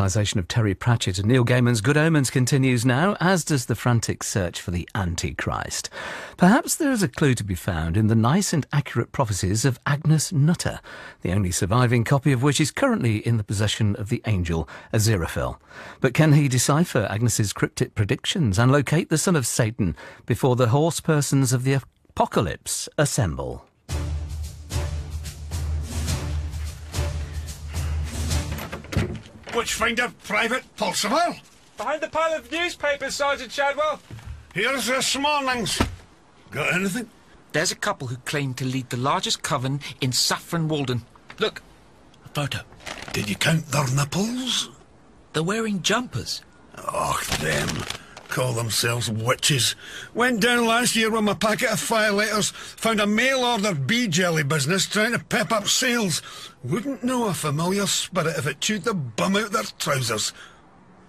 Realization of Terry Pratchett and Neil Gaiman's Good Omens continues now, as does the frantic search for the Antichrist. Perhaps there is a clue to be found in the nice and accurate prophecies of Agnes Nutter, the only surviving copy of which is currently in the possession of the angel Aziraphale. But can he decipher Agnes's cryptic predictions and locate the son of Satan before the horse persons of the apocalypse assemble? Witchfinder Private Pulsimer. Behind the pile of newspapers, Sergeant Shadwell. Here's this morning's. Got anything? There's a couple who claim to lead the largest coven in Saffron Walden. Look, a photo. Did you count their nipples? They're wearing jumpers. Och, them. Call themselves witches. Went down last year with my packet of fire letters, found a mail order bee jelly business trying to pep up sales. Wouldn't know a familiar spirit if it chewed the bum out their trousers.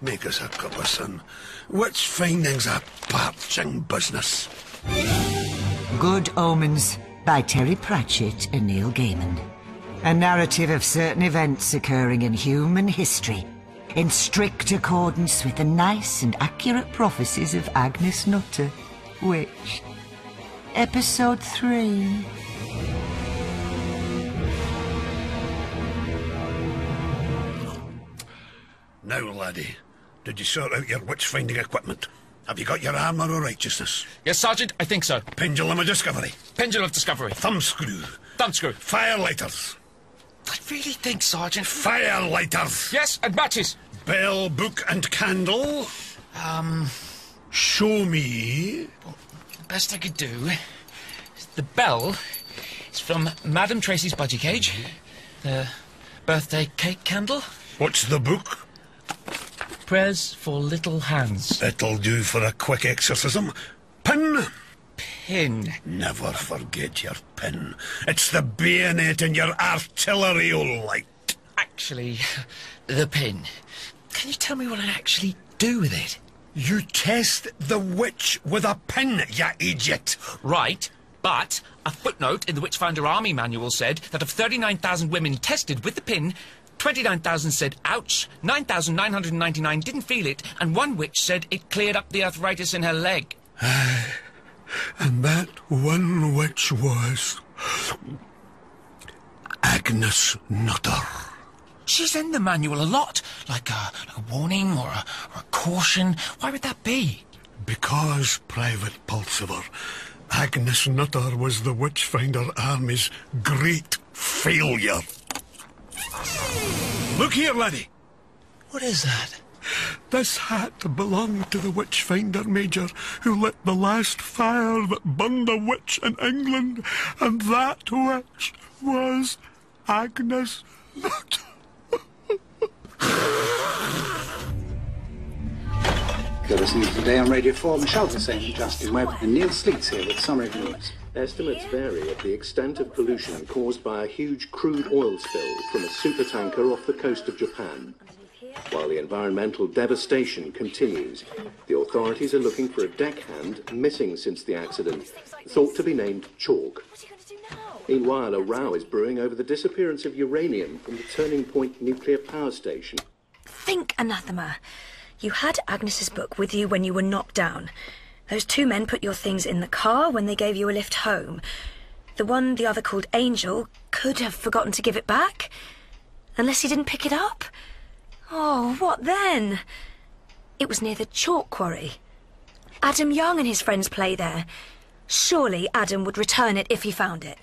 Make us a cup of sun. Witch finding's a parching business. Good Omens by Terry Pratchett and Neil Gaiman. A narrative of certain events occurring in human history in strict accordance with the nice and accurate prophecies of Agnes Nutter, which. Episode 3. Now, laddie, did you sort out your witch finding equipment? Have you got your armour of righteousness? Yes, Sergeant, I think so. Pendulum of discovery, Pendulum of discovery. thumbscrew, Thumbscrew. fire lighters, I really think, Sergeant. fire lighters, Yes, and matches. bell, book, and candle. Um. Show me. Best I could do. The bell is from Madame Tracy's budgie cage. The birthday cake candle. Mm-hmm. What's the book? Prayers for little hands. It'll do for a quick exorcism. Pin. Pin. Never forget your pin. It's the bayonet in your artillery light. Actually, the pin. Can you tell me what I actually do with it? You test the witch with a pin, you idiot. Right, but a footnote in the Witchfinder Army manual said that of 39,000 women tested with the pin, 29,000 said ouch, 9,999 didn't feel it, and one witch said it cleared up the arthritis in her leg. And that one witch was. Agnes Nutter. She's in the manual a lot, like a, like a warning or a, or a caution. Why would that be? Because, Private Pulsiver, Agnes Nutter was the Witchfinder Army's great failure. Look here, laddie. What is that? This hat belonged to the Witchfinder Major who lit the last fire that burned a witch in England, and that witch was Agnes Nutter. Good listening today on Radio 4, Michelle Hussain, Justin Webb, and Neil Sleets here with Summary of News. Estimates vary of the extent of pollution caused by a huge crude oil spill from a supertanker off the coast of Japan. While the environmental devastation continues, the authorities are looking for a deckhand missing since the accident, thought to be named Chalk. What's he going to do now? Meanwhile, a row is brewing over the disappearance of uranium from the Turning Point nuclear power station. Think, Anathema. You had Agnes's book with you when you were knocked down. Those two men put your things in the car when they gave you a lift home. The one the other called Angel could have forgotten to give it back. Unless he didn't pick it up. Oh, what then? It was near the chalk quarry. Adam Young and his friends play there. Surely Adam would return it if he found it.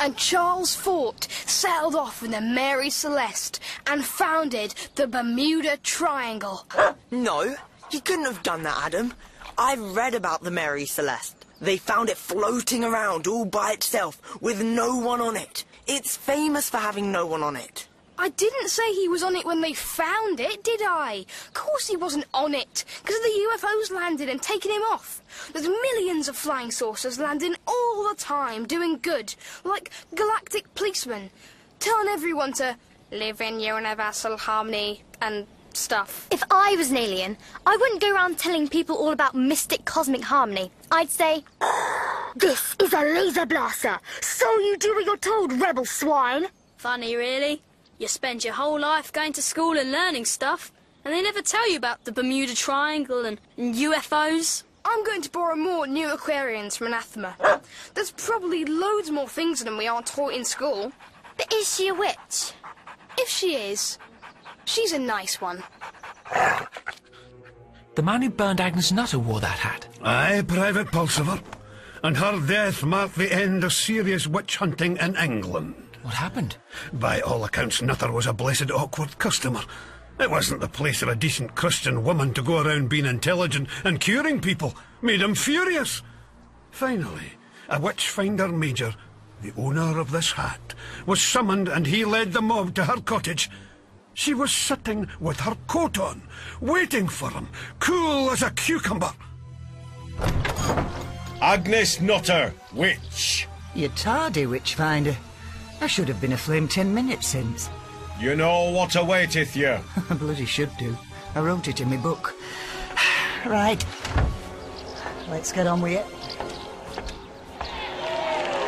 And Charles Fort sailed off in the Mary Celeste and founded the Bermuda Triangle. No, he couldn't have done that, Adam. I've read about the Mary Celeste. They found it floating around all by itself with no one on it. It's famous for having no one on it. I didn't say he was on it when they found it, did I? Of course he wasn't on it, because the UFOs landed and taken him off. There's millions of flying saucers landing all the time, doing good, like galactic policemen, telling everyone to live in universal harmony and stuff. If I was an alien, I wouldn't go around telling people all about mystic cosmic harmony. I'd say, This is a laser blaster, so you do what you're told, rebel swine. Funny, really. You spend your whole life going to school and learning stuff, and they never tell you about the Bermuda Triangle and, and UFOs. I'm going to borrow more new aquariums from Anathema. There's probably loads more things than we aren't taught in school. But is she a witch? If she is, she's a nice one. The man who burned Agnes Nutter wore that hat. Aye, Private Pulsifer. And her death marked the end of serious witch hunting in England. What happened? By all accounts, Nutter was a blessed awkward customer. It wasn't the place of a decent Christian woman to go around being intelligent and curing people. Made him furious. Finally, a witch finder major, the owner of this hat, was summoned and he led the mob to her cottage. She was sitting with her coat on, waiting for him, cool as a cucumber. Agnes Nutter, witch. You're tardy, Witchfinder. I should have been aflame ten minutes since. You know what awaiteth you. I bloody should do. I wrote it in my book. right. Let's get on with it.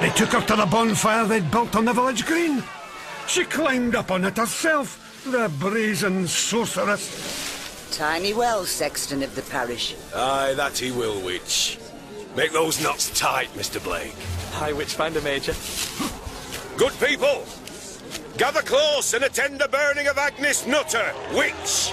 They took her to the bonfire they'd built on the village green. She climbed up on it herself, the brazen sorceress. Time he well, sexton of the parish. Aye, that he will, witch. Make those knots tight, Mr. Blake. Hi, Witchfinder Major. Good people, gather close and attend the burning of Agnes Nutter, witch,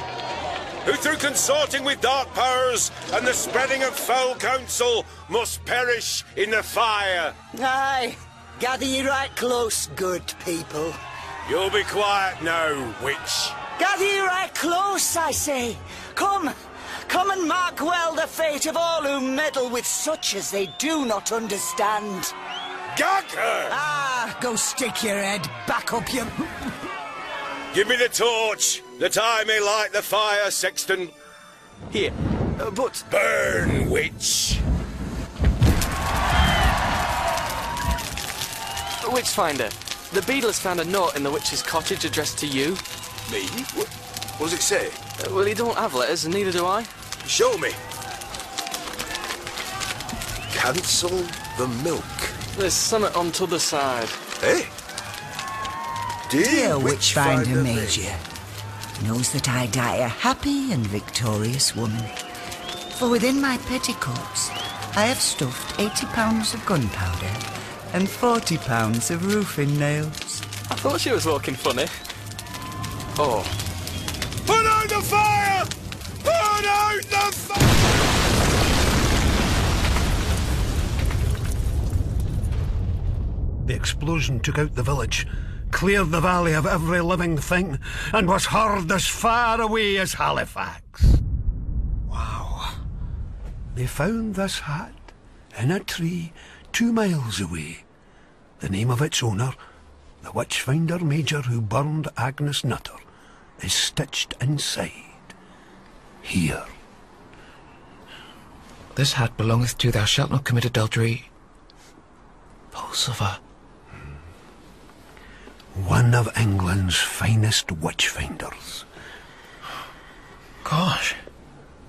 who through consorting with dark powers and the spreading of foul counsel must perish in the fire. Aye, gather you right close, good people. You'll be quiet now, witch. Gather you right close, I say. Come, come and mark well the fate of all who meddle with such as they do not understand. Gag her! Ah, go stick your head back up your. Give me the torch that I may light the fire, Sexton. Here, uh, but. Burn, witch! Witchfinder, the beadle has found a note in the witch's cottage addressed to you. Me? What, what does it say? Uh, well, you don't have letters, and neither do I. Show me. Cancel the milk. There's something on t'other side. Eh? Dear, Witchfinder Major, knows that I die a happy and victorious woman. For within my petticoats, I have stuffed 80 pounds of gunpowder and 40 pounds of roofing nails. I thought she was walking funny. Oh. Put out the fire! Put out the fire! The explosion took out the village, cleared the valley of every living thing, and was heard as far away as Halifax. Wow. They found this hat in a tree two miles away. The name of its owner, the witchfinder major who burned Agnes Nutter, is stitched inside. Here. This hat belongeth to Thou Shalt Not Commit Adultery. Pulsifer. One of England's finest witchfinders. Gosh.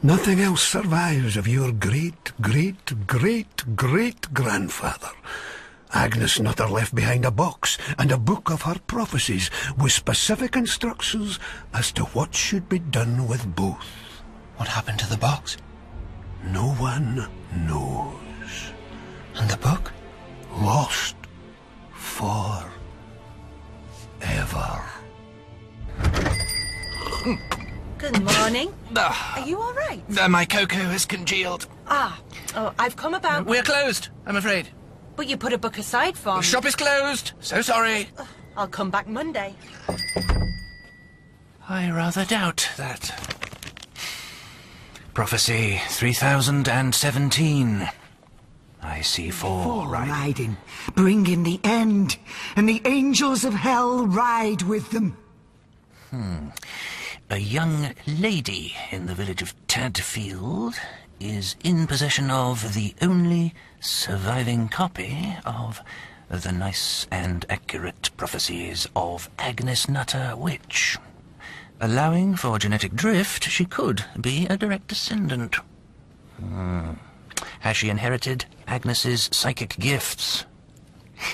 Nothing else survives of your great, great, great, great grandfather. Agnes Nutter left behind a box and a book of her prophecies with specific instructions as to what should be done with both. What happened to the box? No one knows. And the book? Lost for ever. Good morning. Ah. Are you all right? Uh, my cocoa has congealed. Ah, oh, I've come about. We're closed, I'm afraid. But you put a book aside for The me. shop is closed. So sorry. I'll come back Monday. I rather doubt that. Prophecy 3017. I see four, Four riding, bring in the end, and the angels of hell ride with them. Hmm. A young lady in the village of Tadfield is in possession of the only surviving copy of the nice and accurate prophecies of Agnes Nutter Witch. Allowing for genetic drift, she could be a direct descendant. Hmm. Has she inherited Agnes's psychic gifts?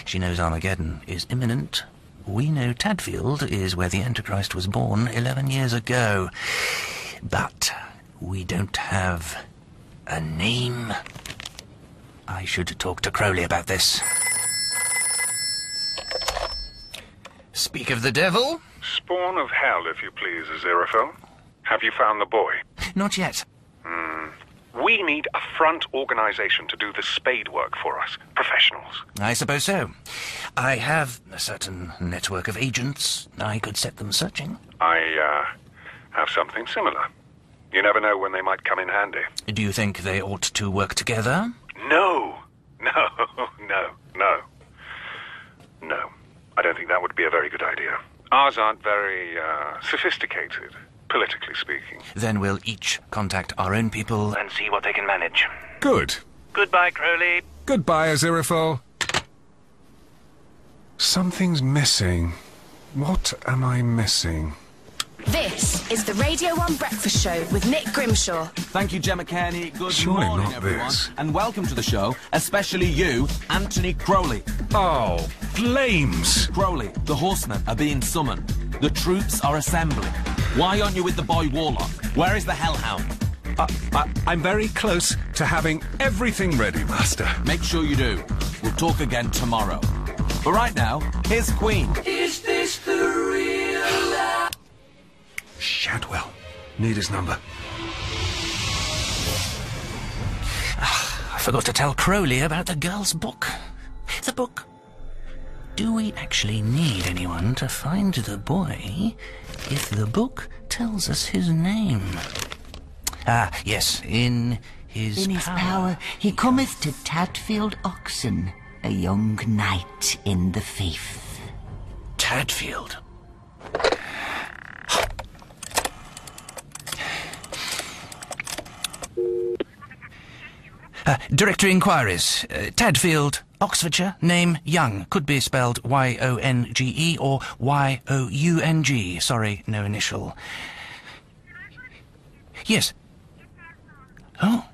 She knows Armageddon is imminent, We know Tadfield is where the Antichrist was born 11 years ago. But we don't have a name. I should talk to Crowley about this. Speak of the devil? Spawn of hell, if you please, Aziraphale. Have you found the boy? Not yet. Hmm. We need a front organization to do the spade work for us. Professionals. I suppose so. I have a certain network of agents. I could set them searching. I, uh, have something similar. You never know when they might come in handy. Do you think they ought to work together? No! No, no, no. No. I don't think that would be a very good idea. Ours aren't very, uh, sophisticated, politically speaking. Then we'll each contact our own people and see what they can manage. Good. Goodbye, Crowley. Goodbye, Aziraphale. Something's missing. What am I missing? This is the Radio 1 Breakfast Show with Nick Grimshaw. Thank you, Gemma Kearney. Good Surely morning, not everyone. this. And welcome to the show, especially you, Anthony Crowley. Oh, flames! Crowley, the horsemen are being summoned. The troops are assembling. Why aren't you with the boy Warlock? Where is the Hellhound? I, I, I'm very close to having everything ready, Master. Make sure you do. We'll talk again tomorrow. But right now, here's Queen. Is this the real life? Shadwell. Need his number. Ah, I forgot to tell Crowley about the girl's book. The book. Do we actually need anyone to find the boy if the book tells us his name? Ah, yes, in his In his power. power he cometh to Tadfield Oxen, a young knight in the faith. Tadfield? Uh, directory inquiries. Uh, Tadfield, Oxfordshire. Name Young. Could be spelled Y O N G E or Y O U N G. Sorry, no initial. Yes. Oh.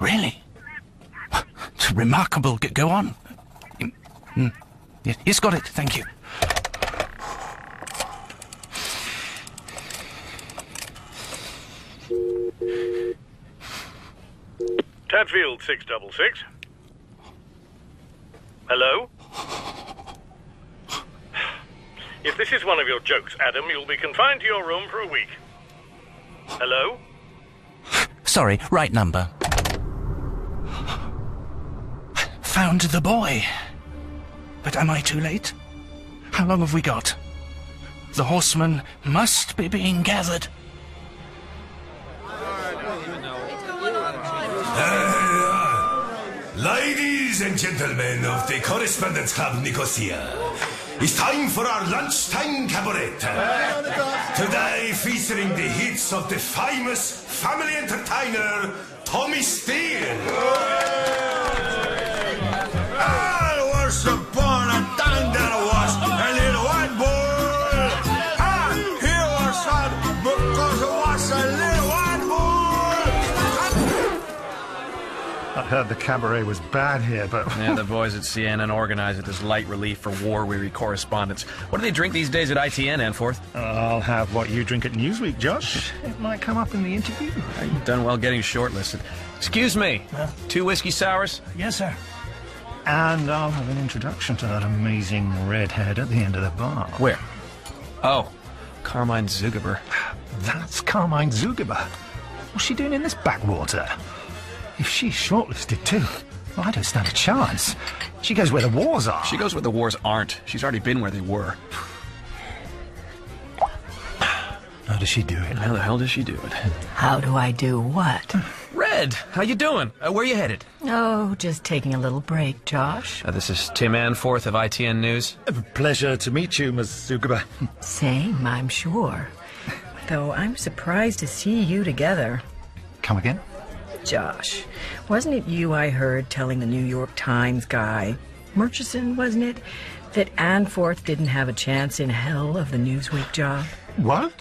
Really? It's remarkable. G- go on. Mm. Ye- Yes, got it. Thank you. Tadfield 666. Hello? If this is one of your jokes, Adam, you'll be confined to your room for a week. Hello? Sorry, right number. Found the boy. But am I too late? How long have we got? The horsemen must be being gathered. Ladies and gentlemen of the Correspondence Club Nicosia, it's time for our lunchtime cabaret. Today featuring the hits of the famous family entertainer Tommy Steele. I was upon a time that was a little white boy. Ah, he was sad because he was a little white boy. I'd heard the cabaret was bad here, but. Yeah, the boys at CNN organize it as light relief for war weary correspondents. What do they drink these days at ITN, Anforth? I'll have what you drink at Newsweek, Josh. It might come up in the interview. You've done well getting shortlisted. Excuse me. Two whiskey sours? Yes, sir. And I'll have an introduction to that amazing redhead at the end of the bar. Where? Oh, Carmine Zugaber. That's Carmine Zugaber. What's she doing in this backwater? If she's shortlisted too, well, I don't stand a chance. She goes where the wars are. She goes where the wars aren't. She's already been where they were. How does she do it? How the hell does she do it? How do I do what? Red, how you doing? Uh, where you headed? Oh, just taking a little break, Josh. Uh, this is Tim Anforth of ITN News. Pleasure to meet you, Ms. Zugaber. Same, I'm sure. Though I'm surprised to see you together. Come again? Josh, wasn't it you I heard telling the New York Times guy, Murchison, wasn't it, that Anforth didn't have a chance in hell of the Newsweek job? What?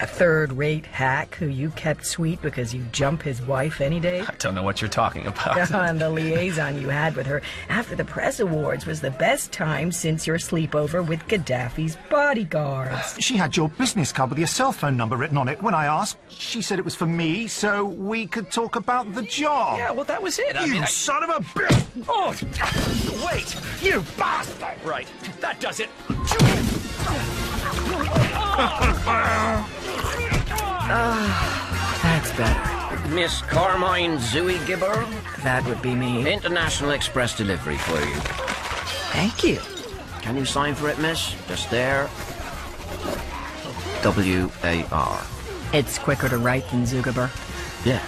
A third rate hack who you kept sweet because you jump his wife any day? I don't know what you're talking about. and the liaison you had with her after the press awards was the best time since your sleepover with Gaddafi's bodyguards. She had your business card with your cell phone number written on it. When I asked, she said it was for me, so we could talk about the job. Yeah, well, that was it. I you mean, I- son of a bitch! Oh, wait! You bastard! Right, that does it. Ah, that's better. Miss Carmine Zooey Gibber? That would be me. International Express delivery for you. Thank you. Can you sign for it, miss? Just there. W A R. It's quicker to write than Zugaber. Yeah.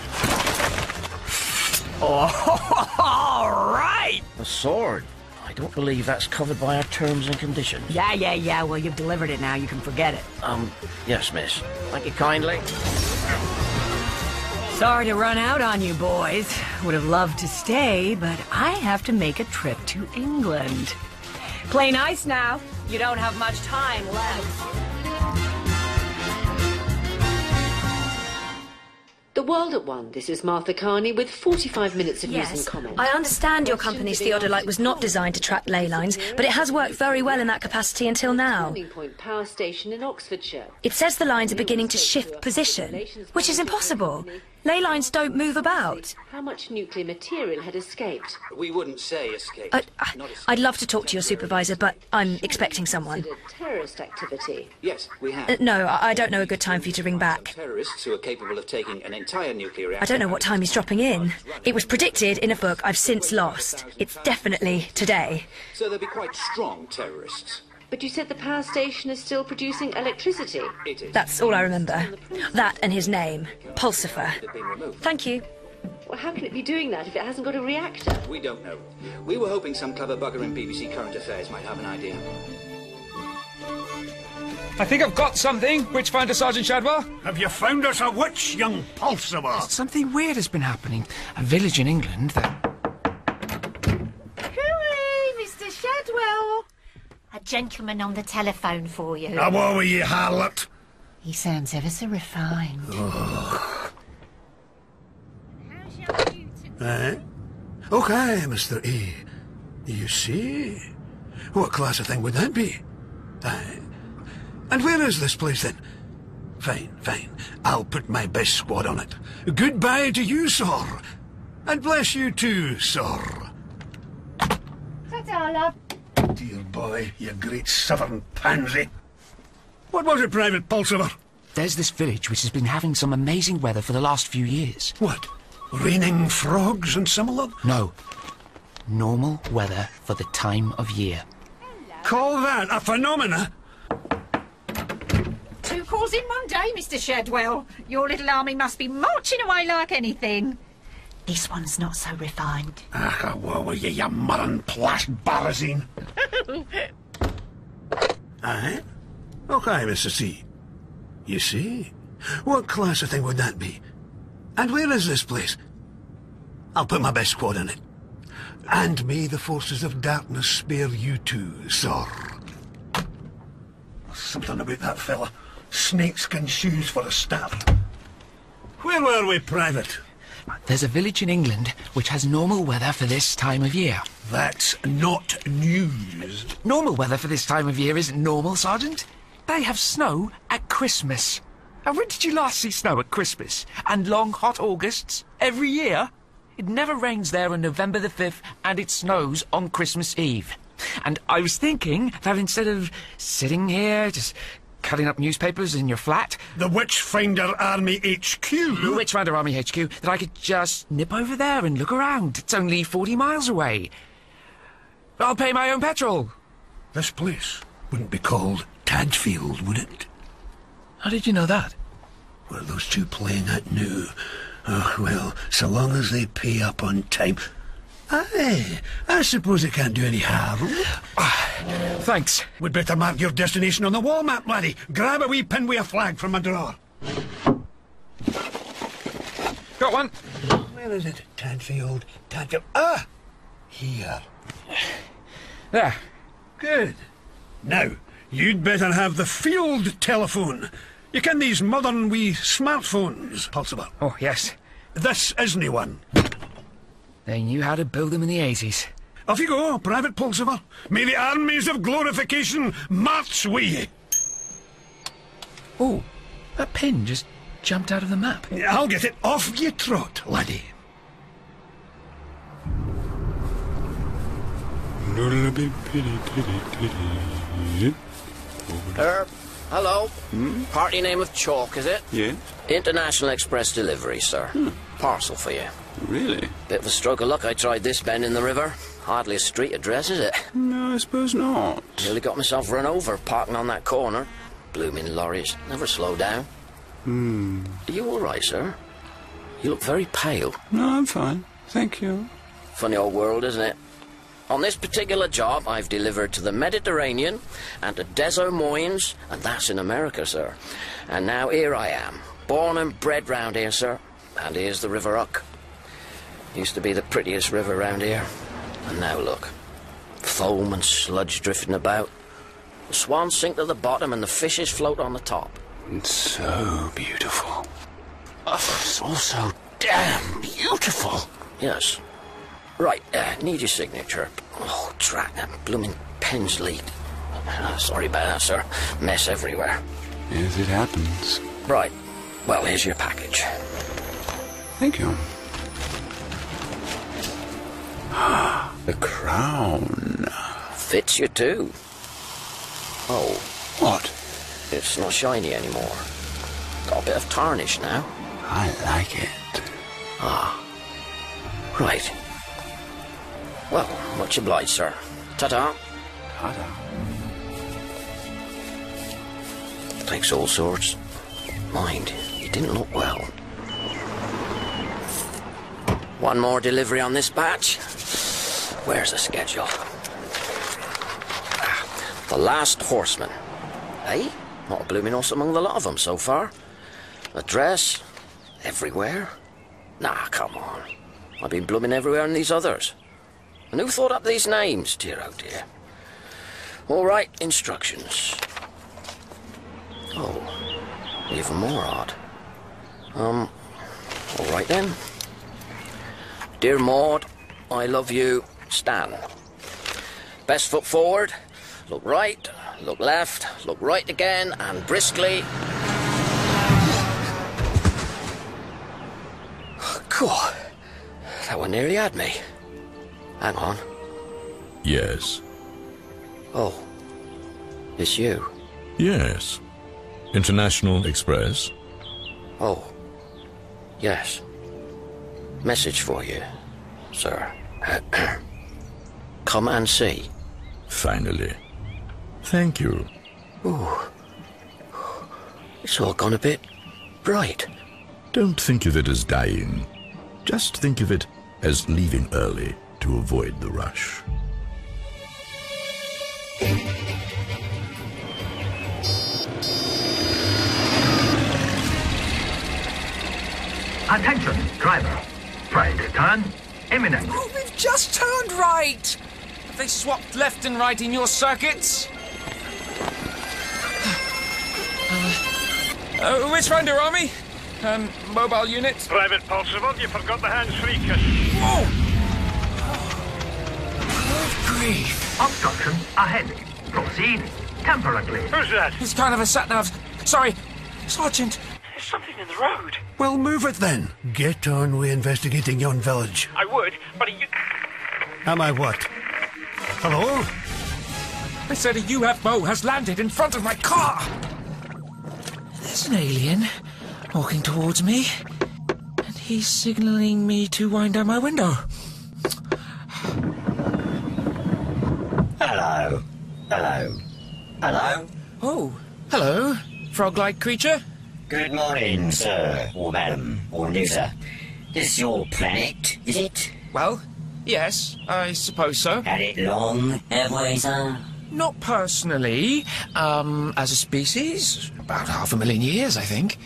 Oh, all right! A sword. I don't believe that's covered by our terms and conditions. Yeah, yeah, yeah. Well, you've delivered it now. You can forget it. Um, yes, miss. Thank you kindly. Sorry to run out on you, boys. Would have loved to stay, but I have to make a trip to England. Play nice now. You don't have much time left. The World at One. This is Martha Carney with 45 minutes of news Yes, and comment. I understand your company's theodolite was not designed to track ley lines, but it has worked very well in that capacity until now. Warming Point Power Station in Oxfordshire. It says the lines are beginning to shift position, which is impossible. Ley lines don't move about. How much nuclear material had escaped? We wouldn't say escape. Uh, I, I, I'd love to talk to your supervisor, but I'm expecting someone. Terrorist activity. Yes, we have. Uh, no, I, I don't know a good time for you to ring back. Terrorists who are capable of taking an entire nuclear reactor. I don't know what time he's dropping in. It was predicted in a book I've since lost. It's definitely today. So they'll be quite strong terrorists. But you said the power station is still producing electricity. It is. That's all I remember. That and his name, Pulsifer. They've been removed. Thank you. Well, how can it be doing that if it hasn't got a reactor? We don't know. We were hoping some clever bugger in BBC Current Affairs might have an idea. I think I've got something. Witchfinder Sergeant Shadwell? Have you found us a witch, young Pulsimer? Something weird has been happening. A village in England that. Hooray, Mr. Shadwell! A gentleman on the telephone for you. How are you, harlot? He sounds ever so refined. Eh? Okay, Mr. E. You see? What class of thing would that be? Aye. And where is this place then? Fine, fine. I'll put my best squad on it. Goodbye to you, sir. And bless you too, sir. Ta-ta, love. Dear boy, you great southern pansy. What was it, Private Pulsimer? There's this village which has been having some amazing weather for the last few years. What? Raining frogs and similar? No. Normal weather for the time of year. Call that a phenomena? Two calls in one day, Mr. Shadwell. Your little army must be marching away like anything. This one's not so refined. Ah, what were you, you murren plast barazine? Aye? Okay, Mr. C. You see? What class of thing would that be? And where is this place? I'll put my best squad in it. And may the forces of darkness spare you too, sir. Something about that fella. Snakeskin shoes for a start. Where were we, Private? There's a village in England which has normal weather for this time of year. That's not news. Normal weather for this time of year isn't normal, Sergeant. They have snow at Christmas. And when did you last see snow at Christmas? And long, hot Augusts? Every year? It never rains there on November the 5th, and it snows on Christmas Eve. And I was thinking that instead of sitting here, just cutting up newspapers in your flat. The Witchfinder Army HQ? The Witchfinder Army HQ, that I could just nip over there and look around. It's only 40 miles away. I'll pay my own petrol. This place wouldn't be called Tadfield, would it? How did you know that? Well, those two playing at new. Oh, well, so long as they pay up on time. Aye, I suppose it can't do any harm. Thanks. We'd better mark your destination on the wall map, laddie. Grab a wee pin with a flag from a drawer. Got one. Where is it? Tadfield, Tadfield. Ah! Here. There. Good. Now, you'd better have the field telephone. You ken these modern wee smartphones, Pulsimer? Oh, yes. This isn't one. They knew how to build them in the 80s. Off you go, Private Pulsimer. May the armies of glorification march wi' ye. Oh, that pin just jumped out of the map. I'll get it. Off you trot, laddie. Er, hello. Hmm? Party name of Chalk, is it? Yeah? International Express delivery, sir. Parcel for you. Hmm. Really? Bit of a stroke of luck I tried this bend in the river. Hardly a street address, is it? No, I suppose not. Nearly got myself run over parking on that corner. Blooming lorries. Never slow down. Hmm. Are you all right, sir? You look very pale. No, I'm fine. Thank you. Funny old world, isn't it? On this particular job, I've delivered to the Mediterranean and to Des Moines, and that's in America, sir. And now here I am, born and bred round here, sir. And here's the River Uck. Used to be the prettiest river round here. And now look. Foam and sludge drifting about. The swans sink to the bottom and the fishes float on the top. It's so beautiful. Oh, It's also damn beautiful. Yes. Right, uh, need your signature. Oh, drat, that blooming pen's leaked. Uh, sorry about that, sir. Mess everywhere. As it happens. Right, well, here's your package. Thank you. the crown. Fits you, too. Oh. What? It's not shiny anymore. Got a bit of tarnish now. I like it. Ah. Right. Well, much obliged, sir. Ta-ta. Takes all sorts. Mind, he didn't look well. One more delivery on this batch. Where's the schedule? Ah, The Last Horseman. Eh? Not a blooming horse among the lot of them so far. Address? Everywhere? Nah, come on. I've been blooming everywhere in these others. And who thought up these names, dear oh dear? All right, instructions. Oh, even more odd. Um, all right then. Dear Maud, I love you, Stan. Best foot forward, look right, look left, look right again, and briskly. Cool. That one nearly had me. Hang on. Yes. Oh. It's you. Yes. International Express? Oh. Yes. Message for you, sir. Come and see. Finally. Thank you. Ooh. It's all gone a bit bright. Don't think of it as dying. Just think of it as leaving early to avoid the rush. Attention, driver. Right turn imminent. Oh, we've just turned right! Have they swapped left and right in your circuits? Uh, which finder army? Um, mobile unit? Oh! Private Pulsimer, you forgot the hands-free cushion. Grief. Obstruction ahead. Proceed temperately. Who's that? It's kind of a sat nav. Sorry, Sergeant. There's something in the road. Well, move it then. Get on with investigating yon village. I would, but you... Am I what? Hello? I said a UFO has landed in front of my car! There's an alien walking towards me, and he's signaling me to wind down my window. Hello. Hello. Hello. Oh. Hello, frog like creature. Good morning, sir, or madam, or newser. This your planet, is it? Well, yes, I suppose so. Had it long, have we, sir? Not personally. Um, as a species, about half a million years, I think.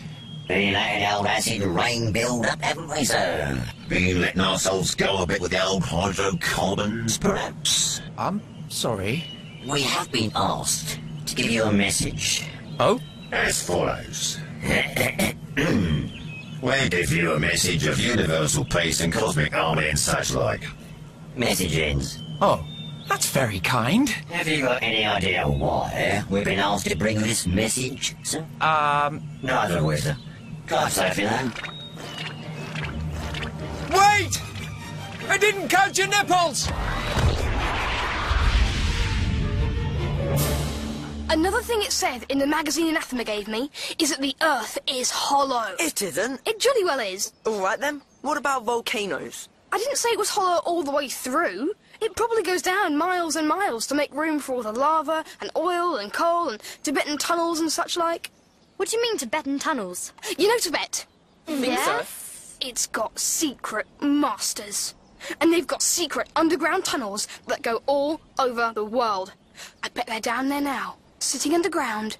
Been letting old acid rain build up, haven't we, sir? Been letting ourselves go a bit with the old hydrocarbons, perhaps? I'm sorry. We have been asked to give you a message. Oh? as follows. Where give you a message of universal peace and cosmic harmony and such like. Message ends. Oh, that's very kind. Have you got any idea why we've been asked to bring this message, sir? Um, Neither of us, sir. God save you, then. Wait! I didn't count your nipples! Another thing it said in the magazine Anathema gave me is that the Earth is hollow. It isn't. It jolly well is. All right then. What about volcanoes? I didn't say it was hollow all the way through. It probably goes down miles and miles to make room for all the lava and oil and coal and Tibetan tunnels and such like. What do you mean Tibetan tunnels? You know Tibet. Think so? It's got secret masters. And they've got secret underground tunnels that go all over the world. I bet they're down there now, sitting underground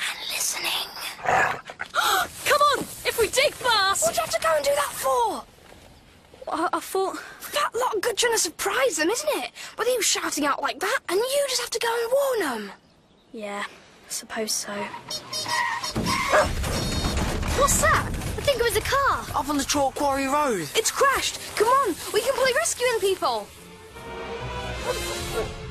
and listening. Come on, if we dig fast. What'd you have to go and do that for? I, I thought. That lot of good trying to surprise them, isn't it? With you shouting out like that, and you just have to go and warn them. Yeah, I suppose so. What's that? I think it was a car. Up on the Chalk Quarry Road. It's crashed. Come on, we can play rescuing people.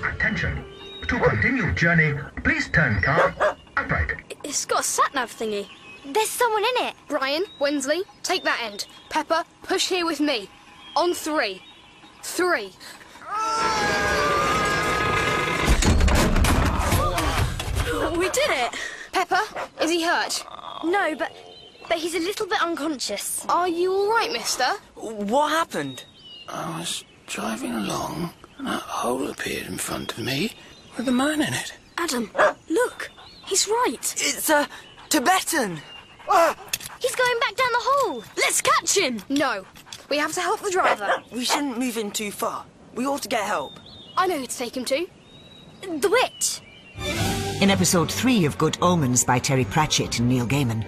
Attention. To continue journey, please turn car upright. It's got a sat nav thingy. There's someone in it. Brian, Wensley, take that end. Pepper, push here with me. On three. Three. We did it. Pepper, is he hurt? No, but but he's a little bit unconscious. Are you all right, mister? What happened? I was driving along, and that hole appeared in front of me with a man in it. Adam, look, he's right. It's a Tibetan. He's going back down the hall. Let's catch him. No. We have to help the driver. We shouldn't move in too far. We ought to get help. I know who to take him to. The witch. In episode 3 of Good Omens by Terry Pratchett and Neil Gaiman,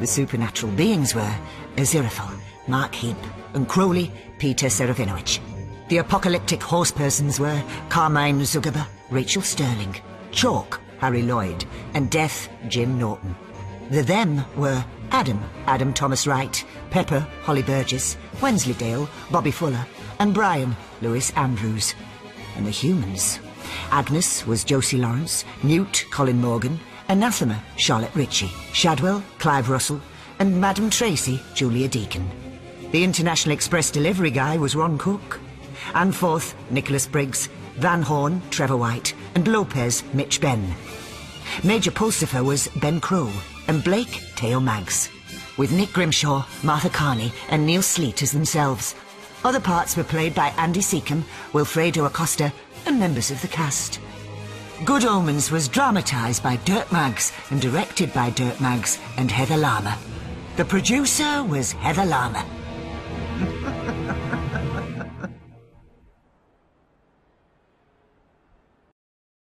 the supernatural beings were Aziraphale, Mark Heap, and Crowley, Peter Serafinovich. The apocalyptic horsepersons were Carmine Zugerba, Rachel Sterling, Chalk, Harry Lloyd, and Death, Jim Norton. The them were Adam, Adam Thomas Wright, Pepper, Holly Burgess, Wensleydale, Bobby Fuller, and Brian, Lewis Andrews. And the humans. Agnes was Josie Lawrence, Newt, Colin Morgan, Anathema, Charlotte Ritchie, Shadwell, Clive Russell, and Madam Tracy, Julia Deacon. The International Express delivery guy was Ron Cook. And fourth, Nicholas Briggs, Van Horn, Trevor White, and Lopez, Mitch Ben. Major Pulsifer was Ben Crow, and Blake, Teo Maggs. With Nick Grimshaw, Martha Carney, and Neil Sleet as themselves. Other parts were played by Andy Seacombe, Wilfredo Acosta, and members of the cast. Good Omens was dramatised by Dirk Maggs and directed by Dirk Maggs and Heather Lama. The producer was Heather Lama.